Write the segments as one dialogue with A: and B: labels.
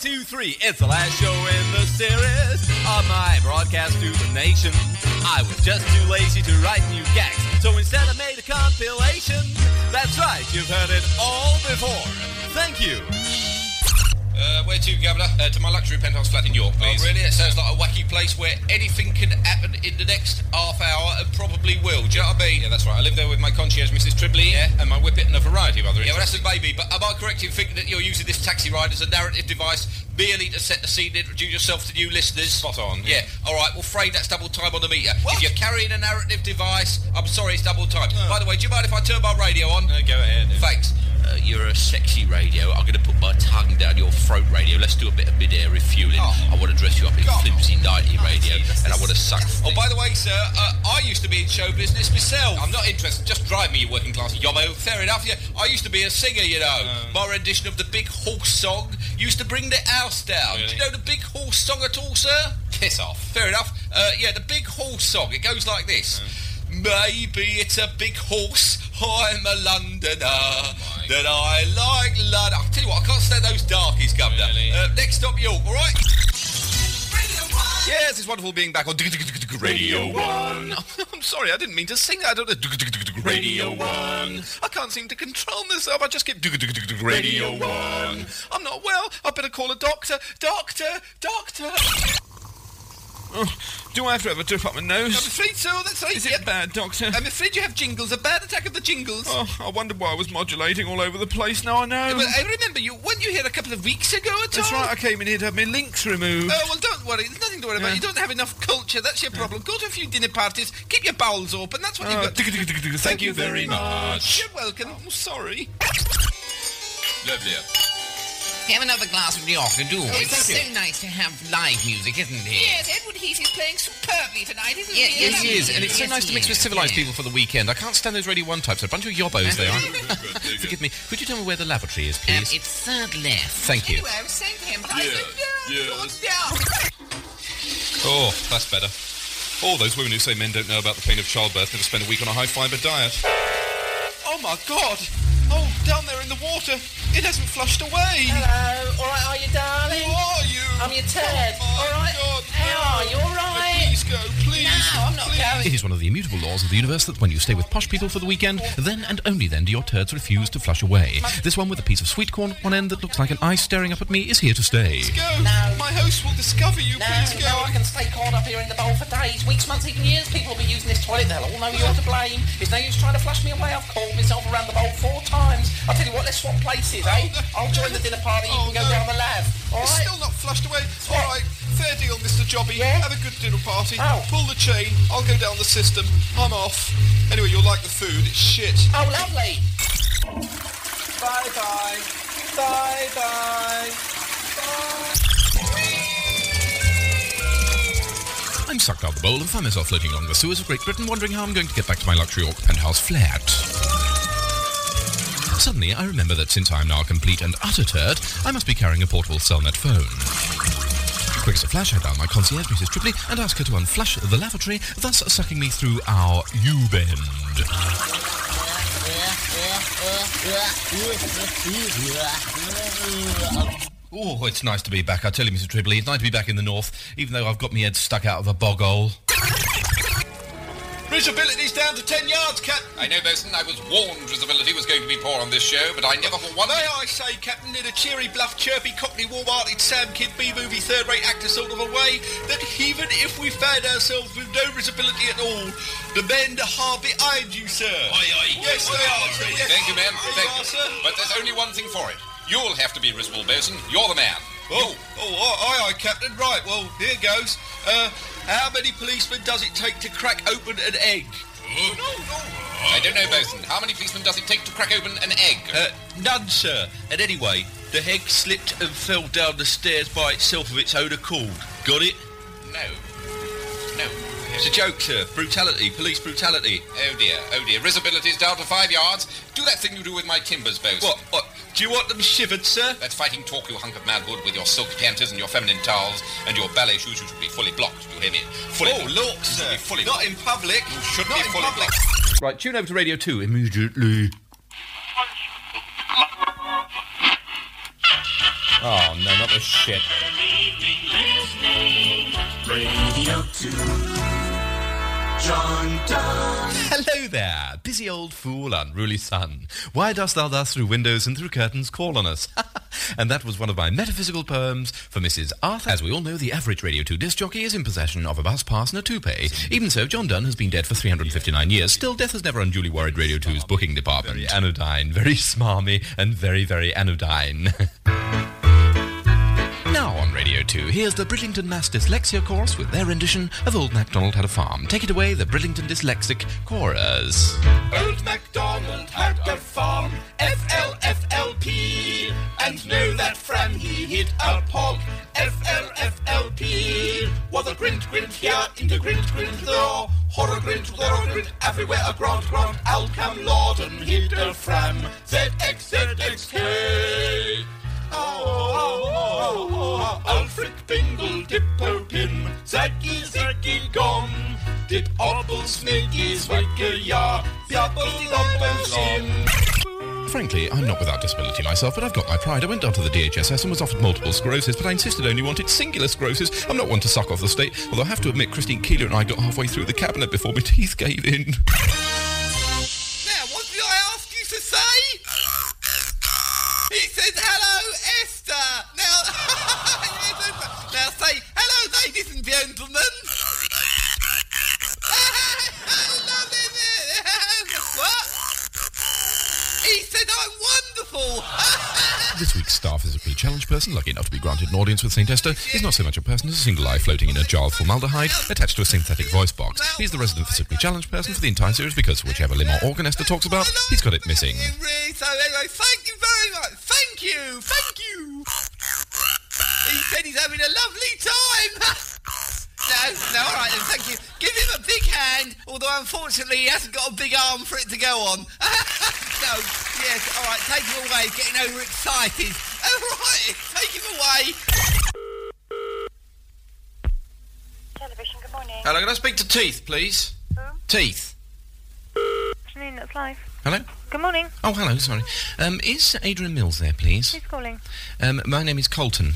A: two, three. It's the last show in the series of my broadcast to the nation. I was just too lazy to write new gags, so instead I made a compilation. That's right, you've heard it all before. Thank you.
B: Uh, where to, Governor? Uh, to my luxury penthouse flat in York, please. Oh, really? It sounds like a wacky place where anything can happen in the next half hour and probably will. Do you know what I mean? Yeah, that's right. I live there with my concierge, Mrs. Tribbley, yeah. and my whippet and a variety of other Yeah, well, that's a baby, but am I correct in thinking that you're using this taxi ride as a narrative device merely to set the scene and introduce yourself to new listeners? Spot on. Yeah. All right, well, frame that's double time on the meter. If you're carrying a narrative device, I'm sorry, it's double time. By the way, do you mind if I turn my radio on?
C: go ahead.
B: Thanks. Uh, you're a sexy radio. I'm going to put my tongue down your throat radio. Let's do a bit of mid-air refueling. I want to dress you up in
C: God.
B: flimsy 90 radio
C: that's
B: and I want to suck.
C: disgusting.
B: Oh, by the way, sir, uh, I used to be in show business myself. I'm not interested. Just drive me, you working class yobbo. Fair enough, yeah. I used to be a singer, you know. my rendition of the Big Horse song used to bring the house down. Do you know the Big Horse song at all, sir? Kiss off. Fair enough. Uh, yeah, the Big Horse song. It goes like this. Maybe it's a big horse. I'm a Londoner that I like London. I'll tell you what, I can't stand those darkies, Governor. Uh, next stop, York, all right?
A: Yes, it's wonderful being back on Radio 1. I'm sorry, I didn't mean to sing. I don't know. Radio 1. I can't seem to control myself. I just keep Radio 1. I'm not well. I better call a doctor. Doctor! Doctor!
D: Do I have to have a drip up my nose?
B: I'm afraid so, that's right.
D: Is it bad, Doctor?
B: I'm afraid you have jingles, a bad attack of the jingles.
D: Oh, I wondered why I was modulating all over the place. Now I know.
B: Well, I remember you, weren't you here a couple of weeks ago at
D: That's
B: all?
D: right, I came in here to have my links removed.
B: Oh, well, don't worry. There's nothing to worry about.
D: Yeah.
B: You don't have enough culture. That's your problem. Go to a few dinner parties. Keep your bowels open. That's
A: Oh,
B: what
D: Uh,
B: you've got.
D: Thank you very much.
B: You're welcome. I'm sorry.
C: Lovely.
E: Have another glass of York, do. it's
B: Oh, thank
E: so nice to have live music, isn't it?
F: Yes, Edward Heath is playing superbly tonight, isn't
E: Yeah,
F: he?
E: yes,
F: Lovely.
E: he is, and it's so Yes, nice to mix yes, with civilised yes. people
B: for the weekend. I can't stand those Radio 1 types. They're a bunch of yobbos, they are. Forgive me. Could you tell me where the lavatory is,
E: Um, it's third left.
B: Thank
F: Anyway, I was saying to him, I said,
C: yes.
F: no, God, no.
C: Oh, that's better. All those women who say men don't know about the pain of childbirth never spend a week on a high-fibre diet.
B: Oh, my God. Oh, down there in the water. It hasn't flushed away.
G: Hello, all right, are you, darling?
B: Who are you?
G: I'm your Ted.
B: Oh, my
G: all right.
B: God,
G: How are you? All right.
B: Please go, please.
G: No, I'm not going.
A: It is one of the immutable laws of the universe that when you stay with posh people for the weekend, then and only then do your turds refuse to flush away. This one with a piece of sweet corn, one end that looks like an eye staring up at me, is here to stay.
B: Go. My host will discover you.
G: No,
B: please go.
G: no, I can stay caught up here in the bowl for days, weeks, months, even years. People will be using this toilet. They'll all know you're to blame. It's no use trying to flush me away. I've called myself around the bowl four times. I'll tell you what, let's swap places, eh?
B: no.
G: I'll join the dinner party. You
B: Oh,
G: can go
B: no.
G: down the lab. All
B: It's
G: right?
B: still not flushed away. All
G: What?
B: right, fair deal, Mr. Jobby.
G: Yeah?
B: Have a good dinner party.
G: Oh.
B: Pull the chain. I'll go down the system. I'm off. Anyway, you'll like the food. It's shit.
G: Oh, lovely.
B: Bye bye. Bye bye.
A: I'm sucked out of the bowl and find myself floating along the sewers of Great Britain, wondering how I'm going to get back to my luxury York penthouse flat. Suddenly, I remember that since I am now a complete and utter turd, I must be carrying a portable cellnet phone. Quick as a flash, I dial my concierge, Mrs. Tripley, and ask her to unflush the lavatory, thus sucking me through our U-bend.
B: Oh, it's nice to be back. I tell you, Mr. Tribbley, it's nice to be back in the north, even though I've got my head stuck out of a bog hole. Visibility's down to 10 yards, Captain.
C: I know, Bosun, I was warned visibility was going to be poor on this show, but I never for one...
B: May I say, Captain, in a cheery, bluff, chirpy, cockney, warm-hearted Sam Kid B-movie third-rate actor sort of a way, that even if we found ourselves with no visibility at all, the men are hard behind you, sir.
C: aye.
B: Yes, they are, sir. Yes.
C: Thank you, ma'am.
B: They
C: Thank
B: are,
C: you.
B: sir.
C: But there's only one thing for it. You'll have to be visible, Bosun. You're the man.
B: Oh, oh, aye, aye, aye, Captain. Right, well, here goes. Uh, how many policemen does it take to crack open an egg? Oh.
C: I don't know, Bosun. How many policemen does it take to crack open an egg?
B: Uh, none, sir. And anyway, the egg slipped and fell down the stairs by itself of its own accord. Got it?
C: no. No.
B: It's a joke, sir. Brutality, police brutality.
C: Oh dear, oh dear. Visibility's down to five yards. Do that thing you do with my timbers, Bosun.
B: What? What? Do you want them shivered, sir?
C: That fighting talk, you hunk of manhood, with your silk panties and your feminine towels and your ballet shoes, you should be fully blocked. You hear me? Fully
B: oh,
C: blocked.
B: look,
C: You should
B: sir.
C: be fully
B: Not in public. You
C: should
B: Not
C: be
B: in
C: fully
B: public.
A: Right, tune over to Radio 2 immediately.
B: Oh no, not the shit. Hello there, busy old fool, unruly son. Why dost thou thus through windows and through curtains call on us? and that was one of my metaphysical poems for Mrs. Arthur. As we all know, the average Radio 2 disc jockey is in possession of a bus pass and a toupee. Even so, John Donne has been dead for 359 years. Still, death has never unduly worried Radio 2's booking department. Very anodyne, very smarmy, and very, very anodyne. Now on Radio 2, here's the Bridlington Mass Dyslexia Chorus with their rendition of Old MacDonald Had a Farm. Take it away, the Bridlington Dyslexic Chorus.
D: Old MacDonald had a farm, F-L-F-L-P, and knew that Fran he hid a pog, F-L-F-L-P. Was a grint grint here, in the grint grint there, horror grint, horror grint, everywhere a grant grant, Alcam Lorden hid a Fran, Z-X-Z-X-K. Oh, oh, oh, oh, oh, Alfred Bingle, Dippo Pim, Zacky Zacky Gom, Dip Obble Sniggy Swagger Ya, Zabble Lobble
B: Frankly, I'm not without disability myself, but I've got my pride. I went down to the DHSS and was offered multiple sclerosis, but I insisted I only wanted singular sclerosis. I'm not one to suck off the state, although I have to admit Christine Keeler and I got halfway through the cabinet before my teeth gave in.
D: Now, what did I ask you to say? He said, hello, Esther. Now, now say, hello, ladies and gentlemen. what? He said, I'm wonderful.
B: This week's staff is a pre-challenged person lucky enough to be granted an audience with St. Esther. He's not so much a person as a single eye floating in a jar of formaldehyde attached to a synthetic voice box. He's the resident physically challenged person for the entire series because whichever limb or organ Esther talks about, he's got it missing.
D: Really, So anyway, thank you very much. Thank you. Thank you. He said he's having a lovely time. no, no, all right then, thank you. Give him a big hand, although unfortunately he hasn't got a big arm for it to go on. no, yes, all right, take him away. He's Getting overexcited. All right, take him away.
H: Television, good morning.
I: Hello, can I speak to Teeth, please? Teeth.
H: Afternoon, that's live.
B: Hello?
H: Good morning.
B: Oh, hello, sorry. Um, is Adrian Mills there, please?
H: Who's calling?
B: Um, my name is Colton.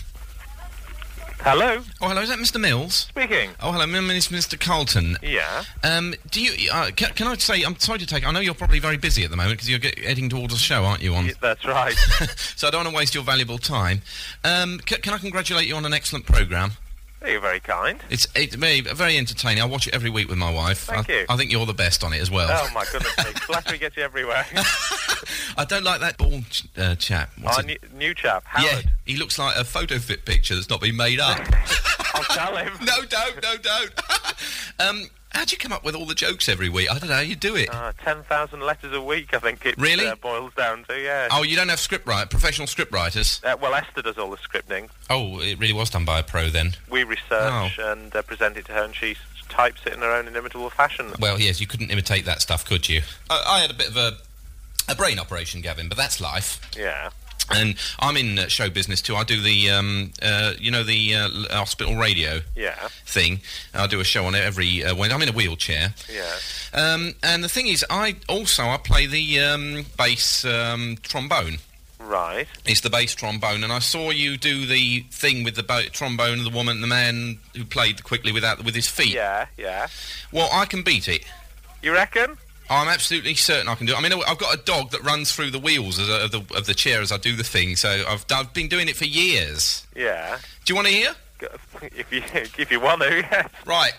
A: Hello,
B: Oh, hello, is that Mr. Mills?
A: speaking.
B: Oh, hello, my name is Mr. Colton.
A: Yeah.
B: Um, do you, uh, can, can I say, I'm sorry to take, I know you're probably very busy at the moment because you're get, heading towards a show, aren't you, on
A: y- That's right.
B: so I don't want to waste your valuable time. Um, c- can I congratulate you on an excellent program?
A: You're very kind.
B: It's it's very, very entertaining. I watch it every week with my wife.
A: Thank
B: I,
A: you.
B: I think you're the best on it as well.
A: Oh my goodness me, flattery gets you everywhere.
B: I don't like that bald ch- uh, chap. What's
A: Our
B: it-
A: new, new chap,
B: yeah,
A: Howard.
B: he looks like a photo fit picture that's not been made up.
A: I'll tell him.
B: no, don't, no, don't. um, how do you come up with all the jokes every week? I don't know how you do it.
A: Uh, Ten thousand letters a week, I think it
B: Really?
A: uh, boils down to. Yeah.
B: Oh, you don't have script write professional script writers.
A: Uh, well, Esther does all the scripting.
B: Oh, it really was done by a pro then.
A: We research and uh, present it to her, and she s- types it in her own inimitable fashion.
B: Well, yes, you couldn't imitate that stuff, could you? I, I had a bit of a a brain operation, Gavin, but that's life.
A: Yeah.
B: And I'm in uh, show business too. I do the, um, uh, you know, the uh, l- hospital radio
A: Yeah.
B: thing. I do a show on it every uh, Wednesday. I'm in a wheelchair.
A: Yeah.
B: Um, and the thing is, I also I play the um, bass um, trombone.
A: Right.
B: It's the bass trombone, and I saw you do the thing with the bo- trombone and the woman, the man who played quickly without with his feet.
A: Yeah. Yeah.
B: Well, I can beat it.
A: You reckon?
B: I'm absolutely certain I can do it. I mean, I've got a dog that runs through the wheels of the, of the, of the chair as I do the thing, so I've, I've been doing it for years.
A: Yeah.
B: Do you want to hear?
A: Go- If you if you want to, yes.
B: Right.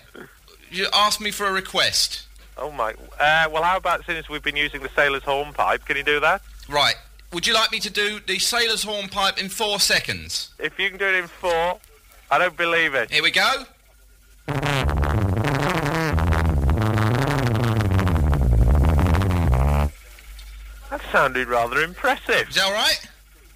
B: You ask me for a request.
A: Oh my. Uh, well, how about since we've been using the sailor's hornpipe, can you do that?
B: Right. Would you like me to do the sailor's hornpipe in four seconds?
A: If you can do it in four, I don't believe it.
B: Here we go.
A: That sounded rather impressive.
B: Is that all right?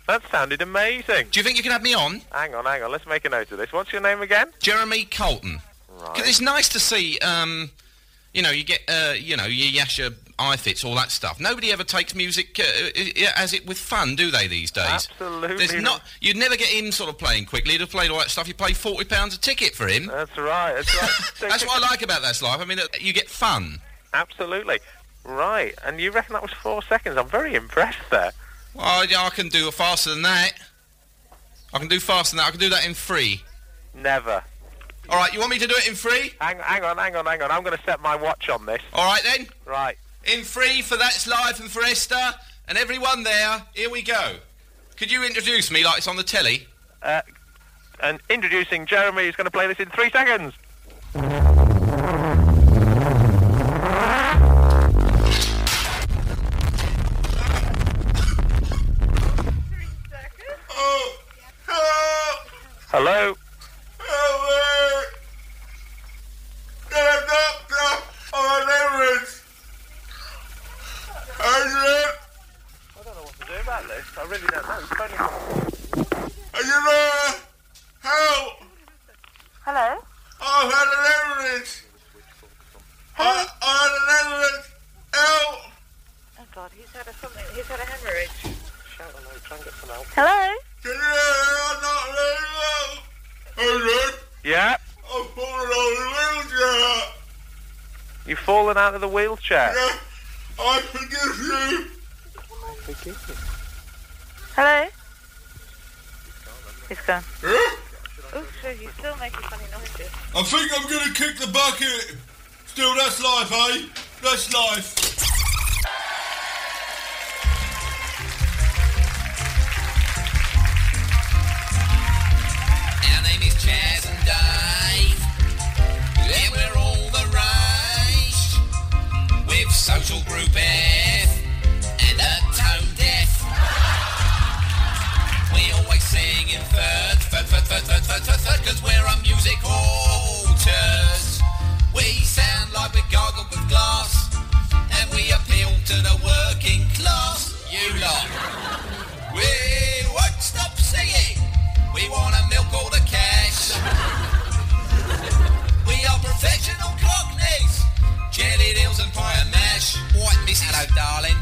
A: That sounded amazing.
B: Do you think you can have me on?
A: Hang on, hang on. Let's make a note of this. What's your name again?
B: Jeremy Colton. 'Cause
A: Right.
B: It's nice to see, um, you know, you get, uh, you know, your Yasha eye fits, all that stuff. Nobody ever takes music uh, uh, as it with fun, do they, these days?
A: Absolutely
B: There's not,
A: not.
B: you'd never get him sort of playing quickly. He'd have played all that stuff. You pay £40 a ticket for him.
A: That's right. That's right.
B: That's what I like about that life. I mean, uh, you get fun.
A: Absolutely. Right. And you reckon that was four seconds? I'm very impressed there.
B: Well, yeah, I can do it faster than that.
J: I can do faster than that. I can do that in three.
K: Never.
J: All right, you want me to do it in three?
K: Hang, hang on, hang on, hang on. I'm going to set my watch on this.
J: All right then.
K: Right.
J: In three for That's Life and for Esther and everyone there. Here we go. Could you introduce me like it's on the telly?
K: Uh, and introducing Jeremy, who's going to play this in three seconds. Hello. I don't know what to do about this. I really don't know.
L: Hello? Oh God, he's had a something. He's had a hemorrhage.
K: Shout hello. Try and get some help.
L: Hello?
K: Yeah. You've fallen out of the wheelchair.
L: Hello? He's gone. Oh, sure, you're still making funny noises.
D: I think I'm going to kick the bucket. Still, that's life, eh? That's life.
B: Our name is Chaz and Dave. Yeah, we're all the rage. With Social Group F and a tone deaf. We always sing in third, third, third, third, third, third, third, third, cause we're a music alters. We sound like we're gargled with glass, and we appeal to the working class. You lot. We won't stop singing. We want to milk all the cash. we are professional cockneys. Jelly deals and fire mash. White miss. Hello, darling.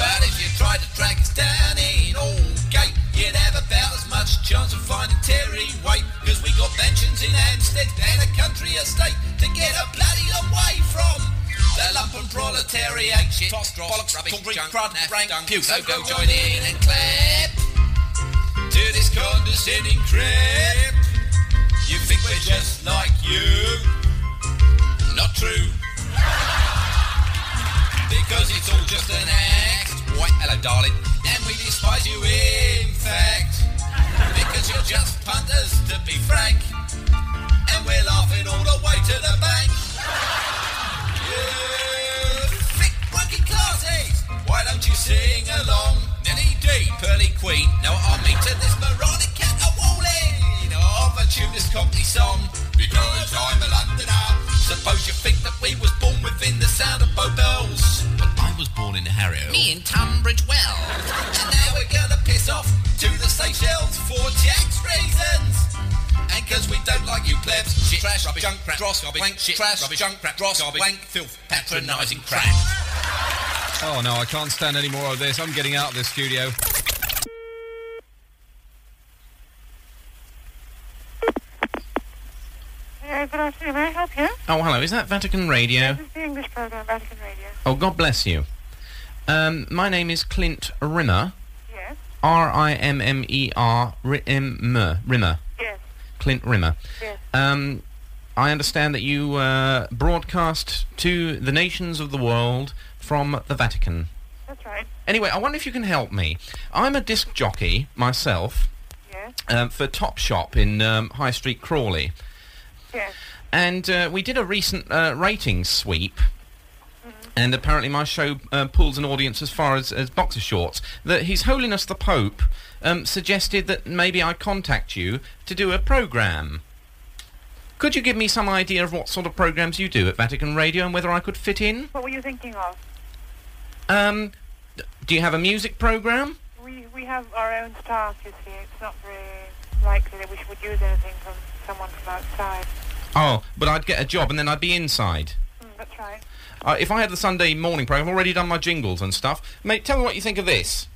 B: But if you tried to track us down in Aldgate, you'd have about as much chance of finding Terry White. Because we got mansions in Hampstead and a country estate to get a bloody away from. The lumpen proletariat shit. Toss, bollocks, rubbish, junk, crud, rank, puke. So go join in and clap to this condescending crap. You think we're just like you? Not true. because it's all just an act. White, hello, darling. And we despise you, in fact. Because you're just punters, to be frank. And we're laughing all the way to the bank. You thick working classes. Why don't you sing along? Nelly D, Pearly Queen. Now I mean to this moronic cat a walling of a tuneless Cockney song. Because I'm a Londoner. Suppose you think that we was born within the sound of Bow Bells. But I was born in Harrow. Me in Tunbridge Well. and now we're gonna piss off to the Seychelles for tax reasons. And cause we don't like you plebs Shit, trash, rubbish, junk, crap, dross, garbage, wank, shit, trash, rubbish, junk, crap, dross, garbage, wank, filth, patronising crap.
A: Oh no, I can't stand any more of this. I'm getting out of this studio.
L: Yeah, good afternoon. May I help you?
A: Oh hello, is that Vatican Radio?
L: This is the English program, Vatican Radio.
A: Oh God bless you. Um, my name is Clint Rimmer.
L: Yes,
A: R I M M E R Rimmer. Rimmer.
L: yes,
A: Clint Rimmer.
L: yes.
A: Um, I understand that you uh, broadcast to the nations of the world from the Vatican.
L: That's right.
A: Anyway, I wonder if you can help me. I'm a disc jockey myself
L: Yes,
A: um, for Top Shop in um, High Street Crawley,
L: yes.
A: and uh, we did a recent uh, ratings sweep. And apparently, my show uh, pulls an audience as far as, as boxer shorts. That His Holiness the Pope um, suggested that maybe I contact you to do a program. Could you give me some idea of what sort of programs you do at Vatican Radio and whether I could fit in?
L: What were you thinking of?
A: Um, d- do you have a music program?
L: We we have our own staff, you see. It's not very likely that we should- would use anything from someone from outside.
A: Oh, but I'd get a job and then I'd be inside.
L: Mm, that's right.
A: Uh, if I had the Sunday morning program, I've already done my jingles and stuff. Mate, tell me what you think of this.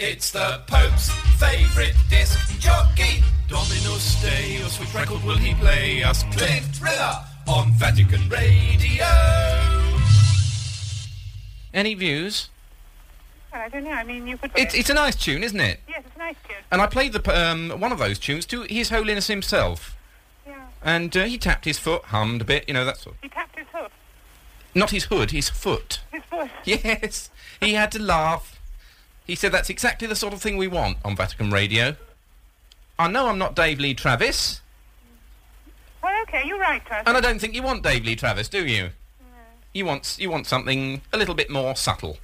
J: It's the Pope's favourite disc jockey. Dominus stay, or which record will he play us? Clint Thriller on Vatican Radio.
A: Any views?
L: Well, I don't know. I mean, you could.
A: It's, it's a nice tune, isn't it?
L: yes, it's
M: nice tune.
B: And I played the, p- um, one of those tunes to His Holiness himself.
M: Yeah.
B: And uh, he tapped his foot, hummed a bit, you know, that sort of.
M: He tapped his hoof.
B: Not his hood, his foot.
M: His foot.
B: Yes, he had to laugh. He said that's exactly the sort of thing we want on Vatican Radio. I know I'm not Dave Lee Travis,
M: Well, okay, you're right, Taz.
B: and I don't think you want Dave Lee Travis, do you? You want you want something a little bit more subtle.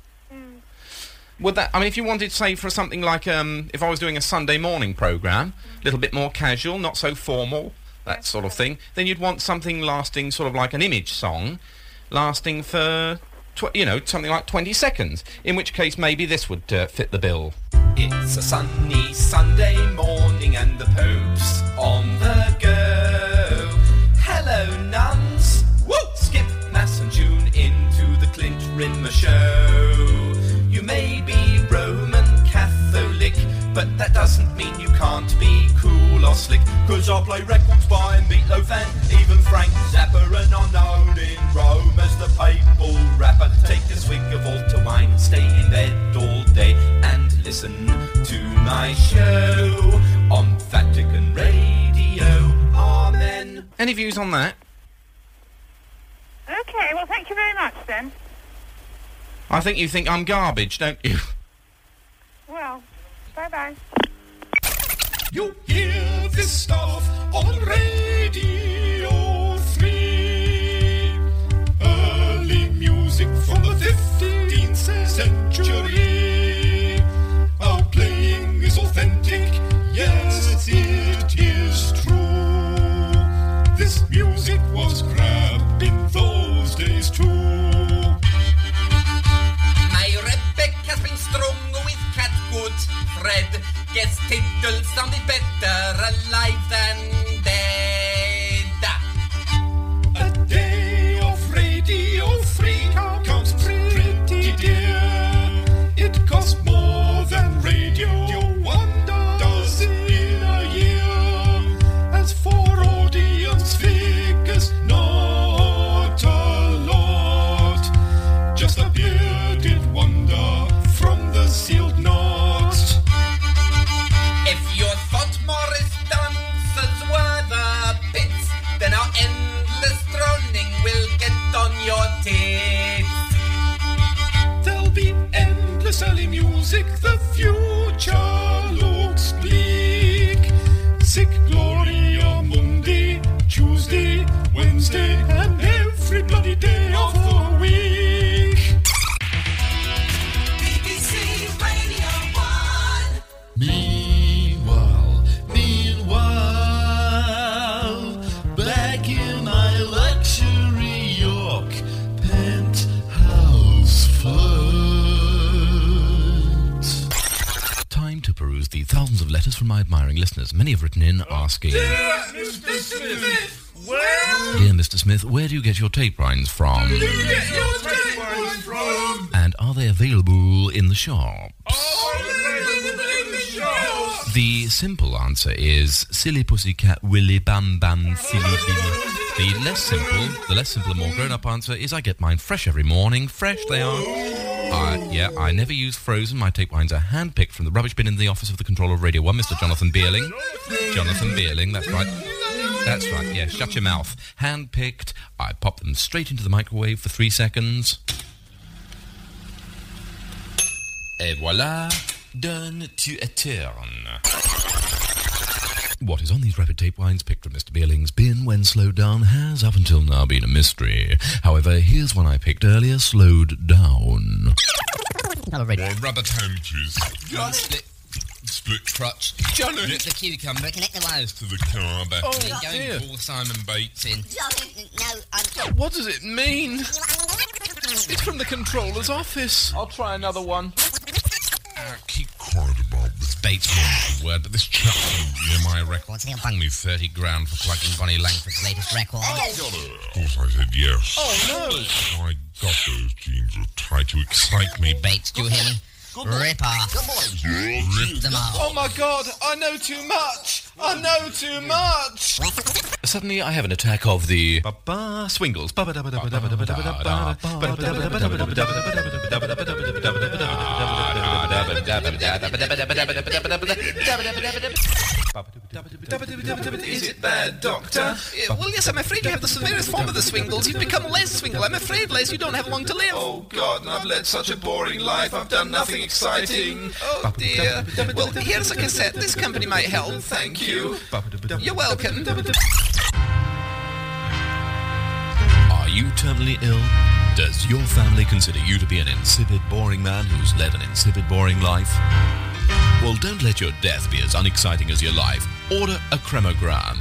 B: Would that? I mean, if you wanted, say, for something like um, if I was doing a Sunday morning program, a little bit more casual, not so formal, that sort of thing, then you'd want something lasting, sort of like an image song, lasting for, tw- you know, something like twenty seconds. In which case, maybe this would uh, fit the bill.
D: It's a sunny Sunday morning and the Pope's on the go. Hello, nuns. Woo! Skip Mass and tune into the Clint Rimmer show. You may be Roman Catholic, but that doesn't mean you can't be cool or slick. Cause I play records by Meatloaf and even Frank Zappa and I'm known in Rome as the papal rapper. Take a swig of altar wine, stay in bed all day and listen to my show on Vatican Radio. Amen.
B: Any views on that?
M: Okay, well, thank you very much then.
B: I think you think I'm garbage, don't you?
M: Well, bye bye.
D: You hear this stuff on Radio 3. Early music from the 15th century. Our playing is authentic, yes, it is true. This music was crap in those days, too. My Rebecca's been strong with catgut thread. Guess Tiddle sounded better alive than dead. A day of radio free comes pretty dear. It costs more than radio one does in a year. As for audience figures, not a lot just a bearded wonder from the sealed knot. If you thought Morris dances were the pits, then our endless droning will get on your tits. There'll be endless early music, the future looks bleak. Sick Gloria Monday, Tuesday, Wednesday, and every bloody day of the week. Meanwhile, meanwhile, back in my luxury York penthouse flat.
B: Time to peruse the thousands of letters from my admiring listeners. Many have written in asking, Dear
F: Mr. Smith,
B: Mr. Smith, where do you get your tape grinds from?
F: get your tape from
B: And are they available in the shop?
F: in the shop.
B: The simple answer is silly pussycat willy bam bam silly billy. The less simple, the less simple and more grown-up answer is I get mine fresh every morning. Fresh they are. I, yeah, I never use frozen. My tape wines are hand-picked from the rubbish bin in the office of the controller of Radio 1, Mr. Jonathan Beerling. Jonathan Beerling, that's right. That's right, yeah, shut your mouth. Hand-picked. I pop them straight into the microwave for three seconds. Et voilà, donne tu a turn. What is on these rapid tape wines picked from Mr. Beerling's bin when slowed down has up until now been a mystery. However, here's one I picked earlier, slowed down.
N: Or rubber damages.
E: Split,
N: Split crutch.
E: Johnny. Rip the cucumber. Connect the wires.
N: To the carber.
E: Oh, there you
B: dear.
E: go. Call Simon Bates in.
B: What does it mean? It's from the controller's office. I'll try another one.
N: I keep quiet about this. Bates won't be a word, but this chap from EMI Records
E: he'll
N: bung me 30 grand for plugging Bonnie Langford's
E: Latest record.
N: Of course I said yes.
B: Oh no!
N: My God, those jeans are tight to excite me.
E: Bates, do you hear me? Rip off. Rip them off.
B: Oh my god, I know too much! I know too much! Suddenly I have an attack of the ba swingles.
E: Is it bad, Doctor? well, yes, I'm afraid you have the severest form of the swingles. You've become Les Swingle. I'm afraid, Les, you don't have long to live. Oh, God, and I've led such a boring life. I've done nothing exciting. Oh, dear. Well, here's a cassette. This company might help. Thank you. You're welcome.
A: Are you terminally ill? Does your family consider you to be an insipid, boring man who's led an insipid, boring life? Well, don't let your death be as unexciting as your life. Order a cremogram.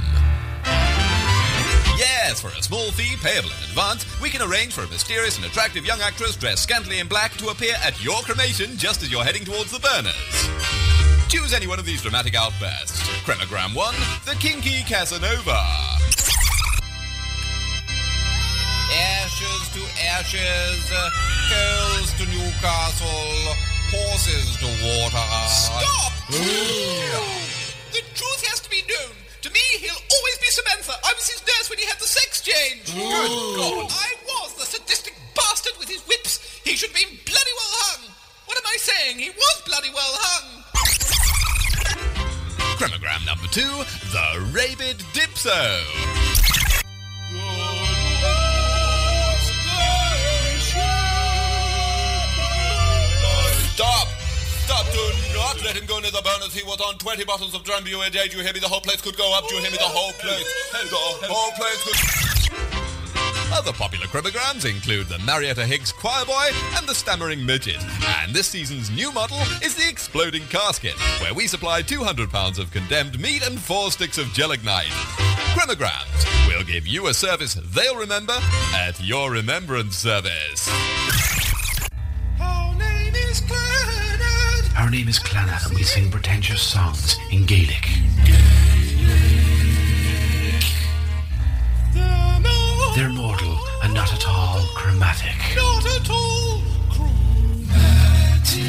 B: Yes, for a small fee payable in advance, we can arrange for a mysterious and attractive young actress dressed scantily in black to appear at your cremation just as you're heading towards the burners. Choose any one of these dramatic outbursts. Cremogram 1, The Kinky Casanova.
D: Ashes to ashes, coals to Newcastle, horses to water.
B: Stop!
D: the truth has to be known. To me, he'll always be Samantha. I was his nurse when he had the sex change. Good God, I was the sadistic bastard with his whips. He should be bloody well hung. What am I saying? He was bloody well hung.
B: Cremogram number 2, The Rabid Dipso.
F: Stop! Stop! Do not let him go near the burners. He was on 20 bottles of Drambuie a day. Do you hear me? The whole place could go up. Do you hear me? The whole place. The whole place could...
B: Other popular chromograms include the Marietta Higgs Choir Boy and the Stammering Midget. And this season's new model is the Exploding Casket, where we supply 200 pounds of condemned meat and four sticks of gelignite. Chromograms will give you a service they'll remember at your remembrance service.
E: Our name is Clannad.
O: Our name is Clannad and we sing pretentious songs in Gaelic.
E: They're not,
O: They're mortal and not at all chromatic.
E: not at all chromatic.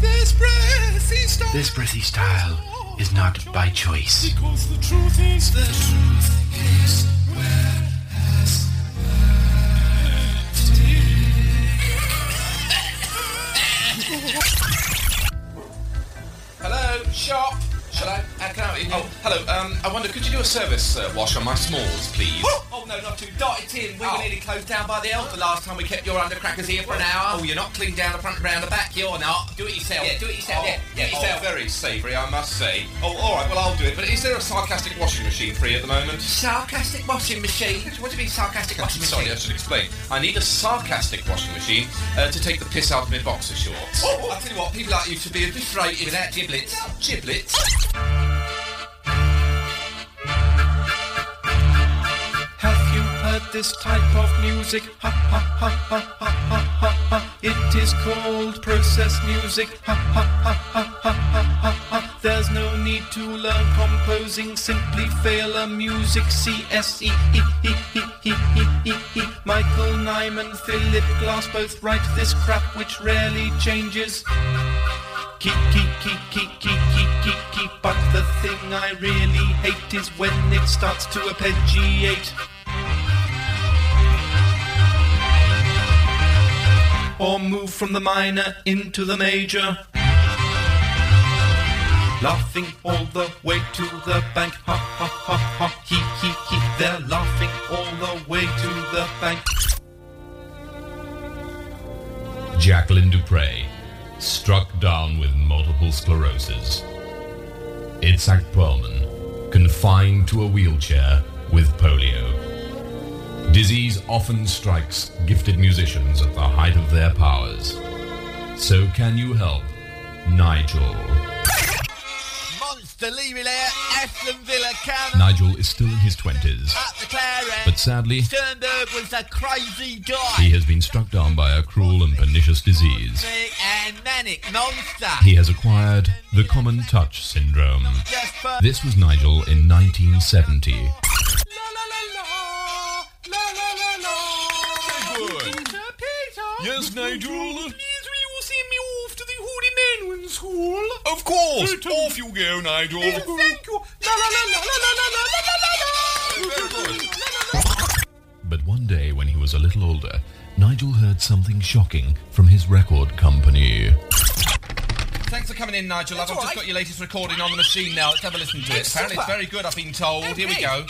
E: This breath is not
O: This breathy style is not by choice.
E: because the truth is the truth is where has left
G: Hello, shop. Shall I? Uh, can I help you? Oh, hello. Um, I wonder, could you do a service uh, wash on my smalls, please? Oh.
D: Oh no, not too. Dot it in. We were nearly closed down by the elf the last time we kept your undercrackers here for an hour.
G: Oh, you're not clean down the front and round the back.
D: You're not. Do it yourself. Yeah, do it yourself.
G: Oh,
D: yeah, do it
G: oh,
D: yourself.
G: very savoury, I must say. Oh, all right. Well, I'll do it. But is there a sarcastic washing machine free at the moment?
D: Sarcastic washing machine. What do you mean sarcastic washing machine?
G: Sorry, I should explain. I need a sarcastic washing machine uh, to take the piss out of my boxer shorts. Oh, I tell you what, people like you should be obliterated
D: Without giblets.
G: giblets.
M: Have you heard this type of music? Ha ha ha ha ha ha ha ha. It is called process music. Ha ha ha ha ha ha ha ha. There's no need to learn composing. Simply fail a music CSE. He, he, he, he, he, he, he. Michael Nyman, Philip Glass both write this crap which rarely changes. Keep, keep, keep, keep, keep, keep, keep, keep. But the thing I really hate is when it starts to arpeggiate. or move from the minor into the major. Laughing all the way to the bank, ha ha ha ha, he he he. They're laughing all the way to the bank.
A: Jacqueline Dupre, struck down with multiple sclerosis. Itzhak Perlman, confined to a wheelchair with polio. Disease often strikes gifted musicians at the height of their powers. So can you help Nigel?
D: Monster Lee Relayer, Aston Villa, Cannon,
A: Nigel is still in his 20s,
D: up the Claret.
A: but sadly,
D: Sternberg was a crazy
A: he
D: guy.
A: has been struck down by a cruel and pernicious disease.
D: And manic monster.
A: He has acquired the common touch syndrome.
D: Just for
A: This was Nigel in 1970.
B: Yes, Nigel?
E: Please will you send me off to the Holy Manwin School?
B: Of course! Off you go, Nigel.
E: Thank you. La la la la la la la la la la la.
A: But one day, when he was a little older,
P: Nigel heard something shocking from his record company.
B: Thanks for coming in, Nigel. Love. I've
D: all
B: just
D: right.
B: got your latest recording on the machine now. Let's have a listen to it.
D: It's
B: Apparently, it's
D: super.
B: very good. I've been told. Here we
D: Okay.
B: go.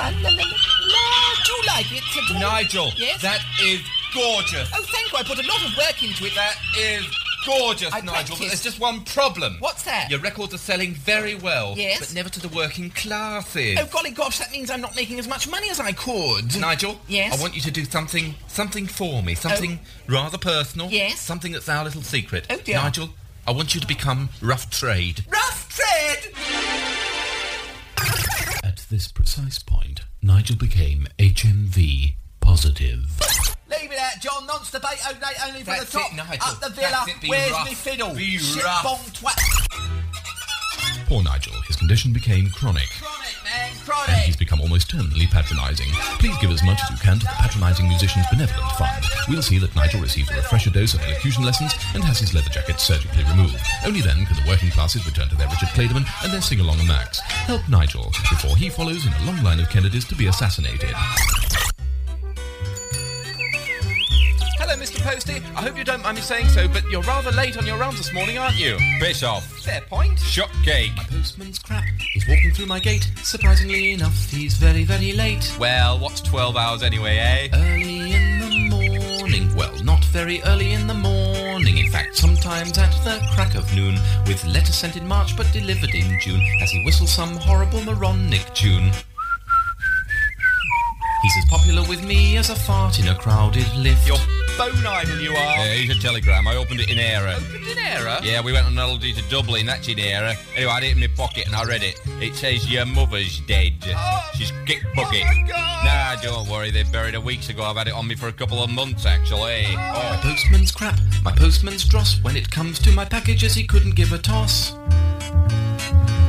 D: La, la, la, la. Do you like it? at all?
B: Nigel,
D: Yes?
B: that is gorgeous.
D: Oh, thank you. I put a lot of work into it.
B: That is gorgeous,
D: I
B: Nigel. But
D: practiced.
B: there's just one problem.
D: What's that?
B: Your records are selling very well.
D: Yes.
B: But never to the working classes.
D: Oh, golly gosh, that means I'm not making as much money as I could.
B: Nigel,
D: Yes? Oh.
B: I want you to do something, something for me, something rather personal.
D: Yes?
B: Something that's our little secret.
D: Oh, dear.
B: Nigel, I want you to become rough trade.
D: Rough trade!
P: At this precise point, Nigel became HMV positive.
D: Leave it out, John. Non-debate, oh, mate, only for
B: That's
D: the top.
B: it, Nigel.
D: Up the villa.
B: That's it, be
D: Where's
B: rough.
D: me fiddle?
B: Be
D: Shit,
B: rough.
D: bong, twat.
P: Poor Nigel, his condition became chronic.
D: Chronic, man,
P: and
D: chronic.
P: he's become almost terminally patronising. Please give as much as you can to the Patronising Musicians Benevolent Fund. We'll see that Nigel receives a refresher dose of elocution lessons and has his leather jacket surgically removed. Only then can the working classes return to their Richard Clayderman and their sing-along Max. Help Nigel before he follows in a long line of Kennedys to be assassinated.
B: Hello, Mr. Posty. I hope you don't mind me saying so, but you're rather late on your rounds this morning, aren't you? Piss off. Fair point. Shopcake. My postman's crap.
A: He's walking through my gate. Surprisingly enough, he's very, very late.
B: Well, what's 12 hours anyway, eh?
A: Early in the morning. Well, not very early in the morning. In fact, sometimes at the crack of noon. With letter sent in March but delivered in June. As he whistles some horrible moronic tune. He's as popular with me as a fart in a crowded lift. You're
B: bone idle, you are.
A: Yeah,
B: here's a telegram. I opened it in error.
A: in error?
B: Yeah, we went on holiday to Dublin. That's in error. Anyway, I had it in my pocket and I read it. It says your mother's dead. She's kick bucket. Nah, don't worry. They buried her weeks ago. I've had it on me for a couple of months actually.
A: My postman's crap, my postman's dross. When it comes to my packages, he couldn't give a toss.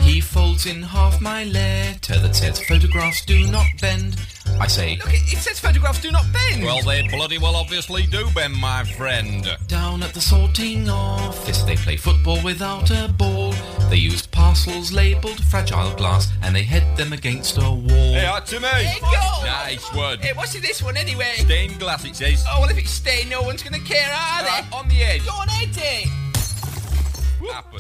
A: He folds in half my letter that says photographs do not bend. I say,
B: It says photographs do not bend. Well, they bloody well obviously do bend, my friend.
A: down at the sorting office, they play football without a ball. They use parcels labelled fragile glass and they head them against a wall.
B: to me.
G: Hey, go.
B: Nice one.
G: Hey, what's in this one anyway?
B: Stained glass, it says.
G: Oh, well, if it's stained, no one's going to care, are they?
A: Uh,
B: on the edge.
G: Go on, Eddie.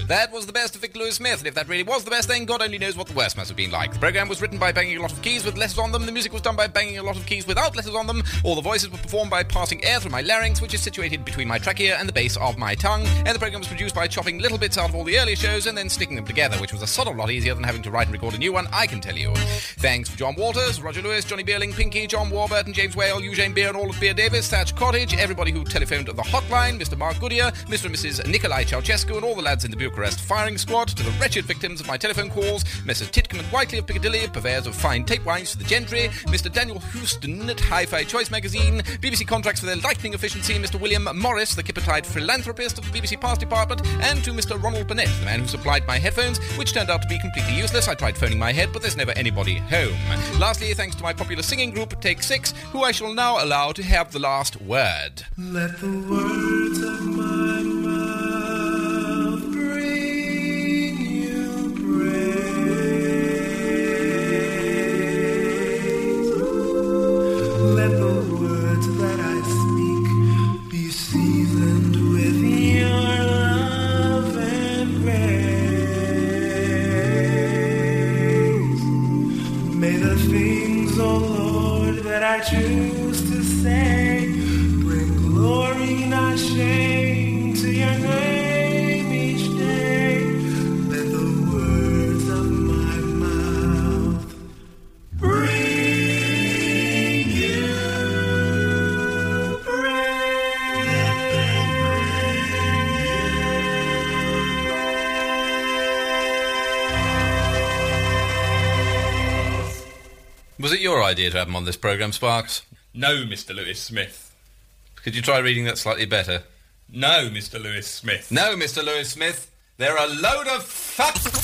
B: That was the best of Vic Lewis Smith, and if that really was the best, then God only knows what the worst must have been like. The program was written by banging a lot of keys with letters on them, the music was done by banging a lot of keys without letters on them, all the voices were performed by passing air through my larynx, which is situated between my trachea and the base of my tongue, and the program was produced by chopping little bits out of all the earlier shows and then sticking them together, which was a sod of lot easier than having to write and record a new one, I can tell you. Thanks for John Walters, Roger Lewis, Johnny Beerling, Pinky, John Warburton, James Whale, Eugene Beer, and all of Beer Davis, Thatch Cottage, everybody who telephoned the hotline, Mr. Mark Goodyear, Mr. and Mrs. Nikolai Ceausescu, and all the lads in the Bucharest firing squad, to the wretched victims of my telephone calls, Messrs. Titcomb and Whiteley of Piccadilly, purveyors of fine tape wines to the gentry, Mr. Daniel Houston at Hi Fi Choice Magazine, BBC contracts for their lightning efficiency, Mr. William Morris, the Kippertide philanthropist of the BBC Past Department, and to Mr. Ronald Burnett, the man who supplied my headphones, which turned out to be completely useless. I tried phoning my head, but there's never anybody home. Lastly, thanks to my popular singing group, Take Six, who I shall now allow to have the last word.
M: Let the words of my mouth bring you praise. Let the words that I speak be seasoned with your love and grace. May the things, O Lord, that I choose to say bring glory, not shame, to your name each day. Let the words of my mouth bring you
B: Was it your idea to have him on this program, Sparks?
Q: No, Mr. Lewis Smith.
B: Could you try reading that slightly better?
Q: No, Mr. Lewis Smith.
B: No, Mr. Lewis Smith. They're a load of fuck.